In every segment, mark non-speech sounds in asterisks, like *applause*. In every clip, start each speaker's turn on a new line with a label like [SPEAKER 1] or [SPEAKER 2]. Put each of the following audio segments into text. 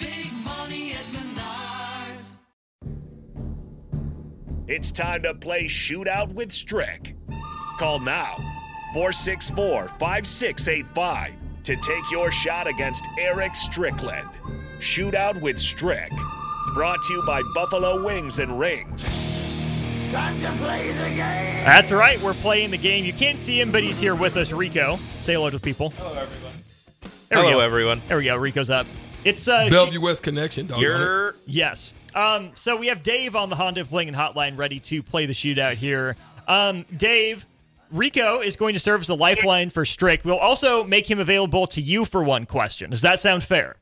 [SPEAKER 1] big money at Menards.
[SPEAKER 2] It's time to play Shootout with Strick. Call now 464 5685 to take your shot against Eric Strickland. Shootout with Strick. Brought to you by Buffalo Wings and Rings.
[SPEAKER 3] That's right, we're playing the game. You can't see him, but he's here with us, Rico. Say hello to the people. Hello, everyone. There we
[SPEAKER 4] Hello,
[SPEAKER 3] go.
[SPEAKER 4] everyone.
[SPEAKER 3] There we go. Rico's up. It's uh,
[SPEAKER 5] Bellevue West connection.
[SPEAKER 4] Oh,
[SPEAKER 5] Dog
[SPEAKER 4] You're
[SPEAKER 3] Yes. Um, so we have Dave on the Honda Blingin Hotline ready to play the shootout here. Um, Dave, Rico is going to serve as a lifeline for Strick. We'll also make him available to you for one question. Does that sound fair?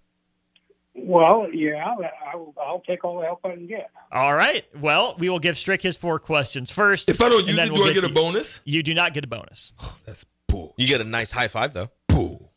[SPEAKER 6] Well, yeah, I'll, I'll take all the help I can get.
[SPEAKER 3] All right. Well, we will give Strick his four questions first.
[SPEAKER 5] If I don't
[SPEAKER 3] and
[SPEAKER 5] use
[SPEAKER 3] then
[SPEAKER 5] it,
[SPEAKER 3] we'll
[SPEAKER 5] do I get a
[SPEAKER 3] you-
[SPEAKER 5] bonus?
[SPEAKER 3] You do not get a bonus.
[SPEAKER 5] That's bull.
[SPEAKER 4] you get a nice high five though.
[SPEAKER 5] Bull.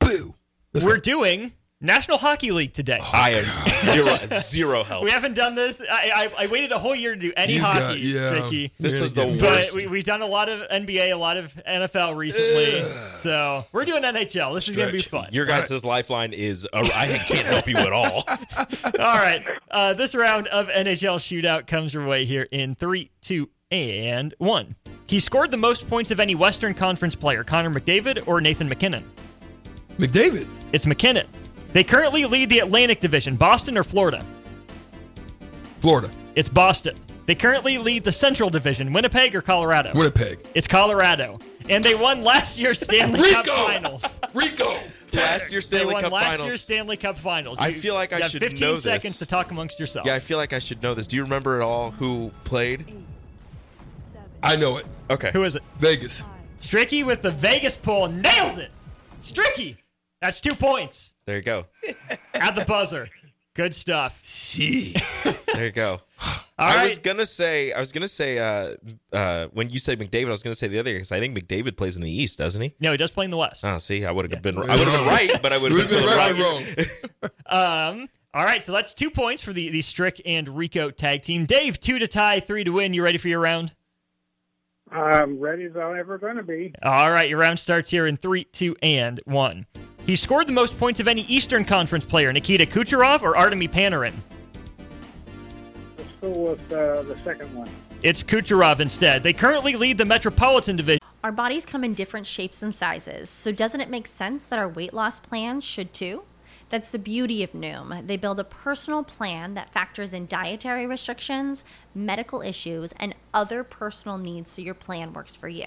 [SPEAKER 5] Boo. Let's
[SPEAKER 3] We're
[SPEAKER 5] go.
[SPEAKER 3] doing National Hockey League today.
[SPEAKER 4] I am *laughs* zero zero help.
[SPEAKER 3] We haven't done this. I, I, I waited a whole year to do any
[SPEAKER 5] You got-
[SPEAKER 3] hockey,
[SPEAKER 5] yeah.
[SPEAKER 3] Tricky.
[SPEAKER 4] This
[SPEAKER 5] You're
[SPEAKER 4] is the
[SPEAKER 5] getting-
[SPEAKER 3] But
[SPEAKER 4] worst.
[SPEAKER 3] we, we've done a lot of NBA, a lot of NFL recently. So we're doing NHL. This is going to be fun.
[SPEAKER 4] Your guys' lifeline is uh, I can't help you at all.
[SPEAKER 3] All right. Uh, this round of NHL shootout comes your way here in three, two, and one. He scored the most points of any Western Conference player, Connor McDavid or Nathan McKinnon.
[SPEAKER 5] McDavid.
[SPEAKER 3] It's McKinnon. They currently lead the Atlantic Division, Boston or Florida?
[SPEAKER 5] Florida.
[SPEAKER 3] It's Boston. They currently lead the Central Division, Winnipeg or Colorado?
[SPEAKER 5] Winnipeg.
[SPEAKER 3] It's Colorado. And they won last year's Stanley Cup
[SPEAKER 5] Rico!
[SPEAKER 3] Finals.
[SPEAKER 5] Rico.
[SPEAKER 4] *laughs* Last year's
[SPEAKER 3] They
[SPEAKER 4] *laughs* Stanley
[SPEAKER 3] won
[SPEAKER 4] Cup
[SPEAKER 3] last
[SPEAKER 4] Finals.
[SPEAKER 3] year's Stanley Cup Finals.
[SPEAKER 4] I
[SPEAKER 3] You-
[SPEAKER 4] feel like I
[SPEAKER 3] you have
[SPEAKER 4] should
[SPEAKER 3] 15
[SPEAKER 4] know this.
[SPEAKER 3] seconds to talk amongst yourself.
[SPEAKER 4] yeah, I feel like I should know this. Do you remember at all who played?
[SPEAKER 5] I know it.
[SPEAKER 4] Okay.
[SPEAKER 3] Who is it?
[SPEAKER 5] Vegas.
[SPEAKER 3] Stricky with the Vegas pull nails it. Stricky, that's two points
[SPEAKER 4] There you go.
[SPEAKER 3] at
[SPEAKER 4] *laughs*
[SPEAKER 3] the buzzer. Good stuff.
[SPEAKER 4] There you *laughs* go.
[SPEAKER 3] All
[SPEAKER 4] I
[SPEAKER 3] right.
[SPEAKER 4] was gonna say I was gonna say uh, uh, when you said McDavid, I was gonna say the other because I think McDavid plays in the East, doesn't he?
[SPEAKER 3] no, he does play in the West.
[SPEAKER 4] Oh, see, I would have been I would have been right, but I *laughs* would
[SPEAKER 5] We've
[SPEAKER 4] have
[SPEAKER 5] been
[SPEAKER 4] been
[SPEAKER 5] right
[SPEAKER 4] right.
[SPEAKER 5] or wrong.
[SPEAKER 3] Um, all right, so that's two points for the, the Strick and Rico tag team. Dave, two to tie, three to win. You ready for your round?
[SPEAKER 6] I'm ready as I'm ever going to be.
[SPEAKER 3] All right, your round starts here in three, two, and one. He scored the most points of any Eastern Conference player, Nikita Kucherov or Artemi Panarin?
[SPEAKER 6] Let's go with uh, the second one.
[SPEAKER 3] It's Kucherov instead. They currently lead the Metropolitan Division.
[SPEAKER 7] Our bodies come in different shapes and sizes, so doesn't it make sense that our weight loss plans should too? That's the beauty of Noom. They build a personal plan that factors in dietary restrictions, medical issues, and other personal needs so your plan works for you.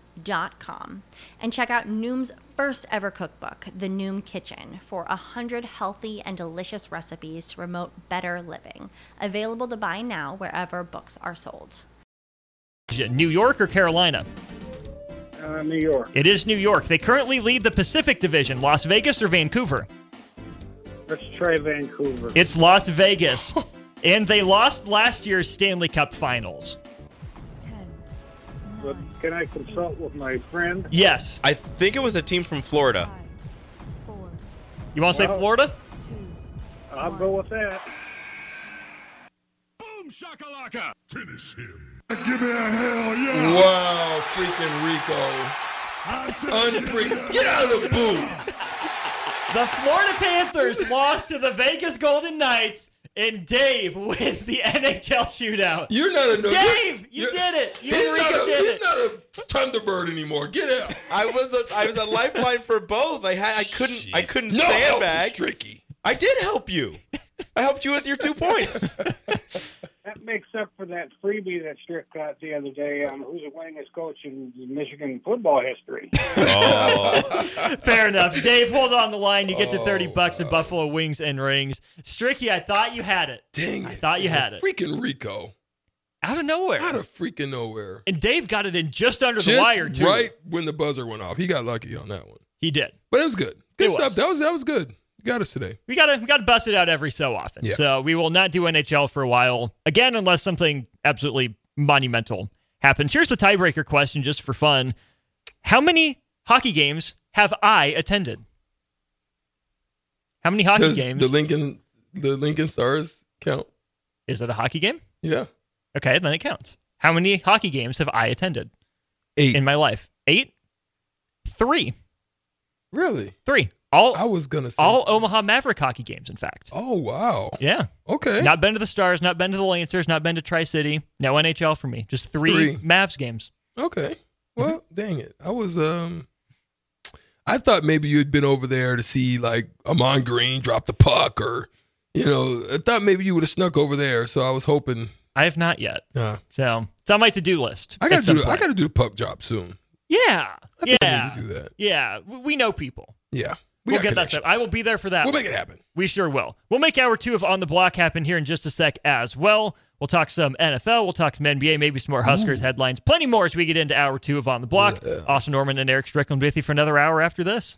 [SPEAKER 7] Dot com and check out Noom's first ever cookbook, The Noom Kitchen, for 100 healthy and delicious recipes to promote better living. Available to buy now wherever books are sold.
[SPEAKER 3] New York or Carolina?
[SPEAKER 6] Uh, New York.
[SPEAKER 3] It is New York. They currently lead the Pacific Division, Las Vegas or Vancouver?
[SPEAKER 6] Let's try Vancouver.
[SPEAKER 3] It's Las Vegas. and they lost last year's Stanley Cup Finals.
[SPEAKER 6] But can I consult with my friend?
[SPEAKER 3] Yes.
[SPEAKER 4] I think it was a team from Florida.
[SPEAKER 3] You want to say
[SPEAKER 6] Well-
[SPEAKER 3] Florida?
[SPEAKER 6] I'll go with that.
[SPEAKER 5] Wow, freaking Rico. Unfreaking. Get out of the booth.
[SPEAKER 3] The Florida Panthers lost to the Vegas Golden Knights, and Dave *laughs* wins the NHL shootout.
[SPEAKER 5] You're not a no.
[SPEAKER 3] Dave,
[SPEAKER 5] you're-
[SPEAKER 3] you
[SPEAKER 5] you're-
[SPEAKER 3] did it. You
[SPEAKER 5] he's
[SPEAKER 3] and Rico
[SPEAKER 5] not a,
[SPEAKER 3] did
[SPEAKER 5] he's
[SPEAKER 3] it.
[SPEAKER 5] not a Thunderbird anymore. Get out.
[SPEAKER 4] I was a I was a lifeline for both. I had I couldn't I couldn't
[SPEAKER 5] No help
[SPEAKER 4] sandbag.
[SPEAKER 5] is tricky.
[SPEAKER 4] I did help you. I helped you with your two points.
[SPEAKER 6] That makes up for that freebie that Strick got the other day on who's the winningest coach in Michigan football history.
[SPEAKER 3] Fair enough. Dave, hold on the line. You get to 30
[SPEAKER 5] Oh,
[SPEAKER 3] bucks in Buffalo Wings and Rings. Stricky, I thought you had it.
[SPEAKER 5] Dang it.
[SPEAKER 3] I thought you had it.
[SPEAKER 5] Freaking Rico.
[SPEAKER 3] Out of nowhere.
[SPEAKER 5] Out of freaking nowhere.
[SPEAKER 3] and Dave got it in just under the
[SPEAKER 5] Just
[SPEAKER 3] wire, too.
[SPEAKER 5] right when the buzzer went off. He got lucky on that one.
[SPEAKER 3] He did.
[SPEAKER 5] But it was good. Good
[SPEAKER 3] It
[SPEAKER 5] stuff.
[SPEAKER 3] was.
[SPEAKER 5] That was that was good. You got us today.
[SPEAKER 3] We gotta we gotta bust it out every so often.
[SPEAKER 5] Yeah.
[SPEAKER 3] So we will not do NHL for a while again, unless something absolutely monumental happens. Here's the tiebreaker question, just for fun: How many hockey games have I attended? How many hockey
[SPEAKER 5] Does
[SPEAKER 3] games?
[SPEAKER 5] the Lincoln the Lincoln Stars count?
[SPEAKER 3] Is it a hockey game?
[SPEAKER 5] Yeah.
[SPEAKER 3] Okay, then it counts. How many hockey games have I attended
[SPEAKER 5] Eight.
[SPEAKER 3] in my life? Eight, three,
[SPEAKER 5] really?
[SPEAKER 3] three. All
[SPEAKER 5] I was gonna say
[SPEAKER 3] all Omaha Maverick hockey games, in fact.
[SPEAKER 5] Oh wow.
[SPEAKER 3] Yeah.
[SPEAKER 5] Okay.
[SPEAKER 3] Not been to the Stars, not been to the Lancers, not been to Tri City. No NHL for me. Just three,
[SPEAKER 5] Three.
[SPEAKER 3] Mavs games.
[SPEAKER 5] Okay.
[SPEAKER 3] Mm-hmm.
[SPEAKER 5] Well, dang it. I was um I thought maybe you'd been over there to see like Amon Green drop the puck or you know, I thought maybe you would have snuck over there, so I was hoping
[SPEAKER 3] I have not yet.
[SPEAKER 5] uh,
[SPEAKER 3] So it's on my to do list.
[SPEAKER 5] I gotta
[SPEAKER 3] at some
[SPEAKER 5] do the, I
[SPEAKER 3] point.
[SPEAKER 5] gotta do the puck drop soon.
[SPEAKER 3] Yeah.
[SPEAKER 5] I think I
[SPEAKER 3] yeah.
[SPEAKER 5] need to do that.
[SPEAKER 3] Yeah. We, we know people.
[SPEAKER 5] Yeah.
[SPEAKER 3] We will
[SPEAKER 5] got
[SPEAKER 3] get that stuff.
[SPEAKER 5] connections.
[SPEAKER 3] I will be there for that.
[SPEAKER 5] We'll
[SPEAKER 3] one.
[SPEAKER 5] make it happen.
[SPEAKER 3] We sure will. We'll make hour two of On the Block happen here in just a sec as well. We'll talk some NFL, we'll talk some NBA, maybe some more Huskers headlines, plenty more as we get into hour two of On the Block. Austin Norman and Eric Strickland with you for another hour after this.